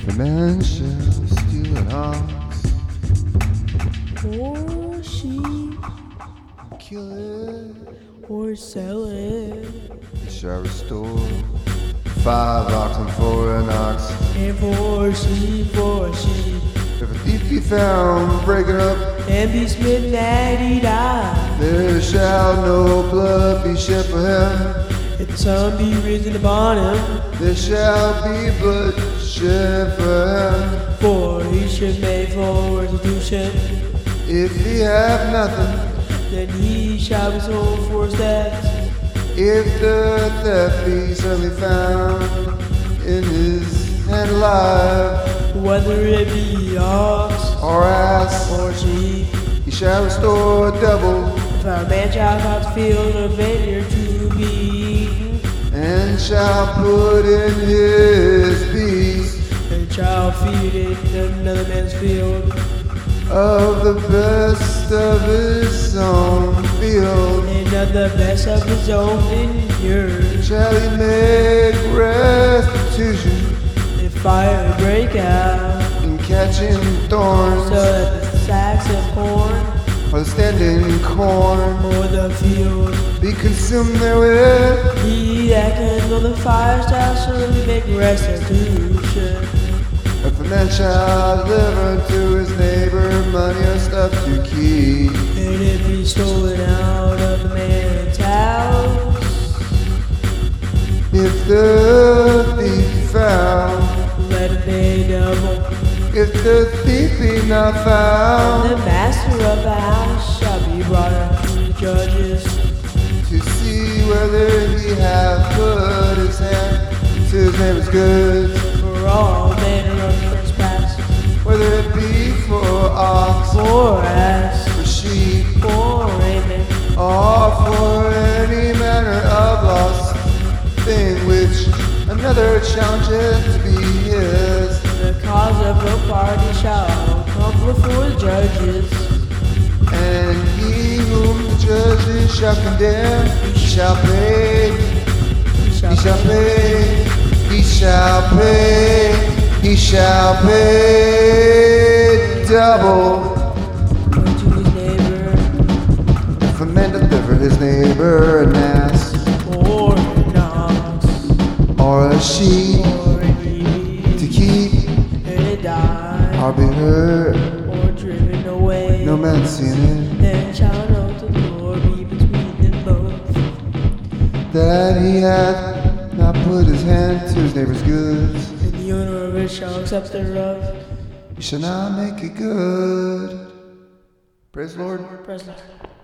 Dementia, stealing ox, Or sheep, killing. or sell it. It shall restore five ox and four an ox. And for a sheep, for a sheep. If a thief be found, break it up. And be smitten at it eye. There shall no blood be shed for him. And some be risen upon him. There shall be blood shed for For he should make full restitution. him. If he have nothing, Then he shall be sold for his debts. if the theft be suddenly found in his hand alive Whether it be ox or ass, or sheep. he shall restore double If a man shall not field a vineyard to be eaten. and shall put in his peace. And shall feed it in another man's field. of the best of his own field And of the best of his own vineyard. shall he make restitution If fire break out, in catching so thorns that the sacks of corn or the standing corn or the field, be consumed therewith he that can on the fire shall surely make restitution. if a man shall deliver unto his neighbor money or stuff to keep And if he stolen out of a man's house, if the thief be found let him pay double. if the thief be not The found master of the house shall be brought up to the judges. to see whether he have put his hand to his neighbor's goods for all manner of trespass, Whether it be for ox, for us, for sheep, for Raymond, or for any manner of lost thing which another challenges to be his, the cause of no party shall come before the judges. and he whom the judges shall condemn, he shall pay, He he shall shall pay pay, he shall pay, he shall pay double. unto his neighbor, If a man deliver his neighbor an ass or an ox, or a sheep. or a to reed, keep and it die, or be hurt. or driven away. No man seen Then shall not the Lord be between them both. it that he hath not put his hand to his neighbor's goods. And the owner of it shall accept thereof. He shall not make it good. Praise the Lord. Present.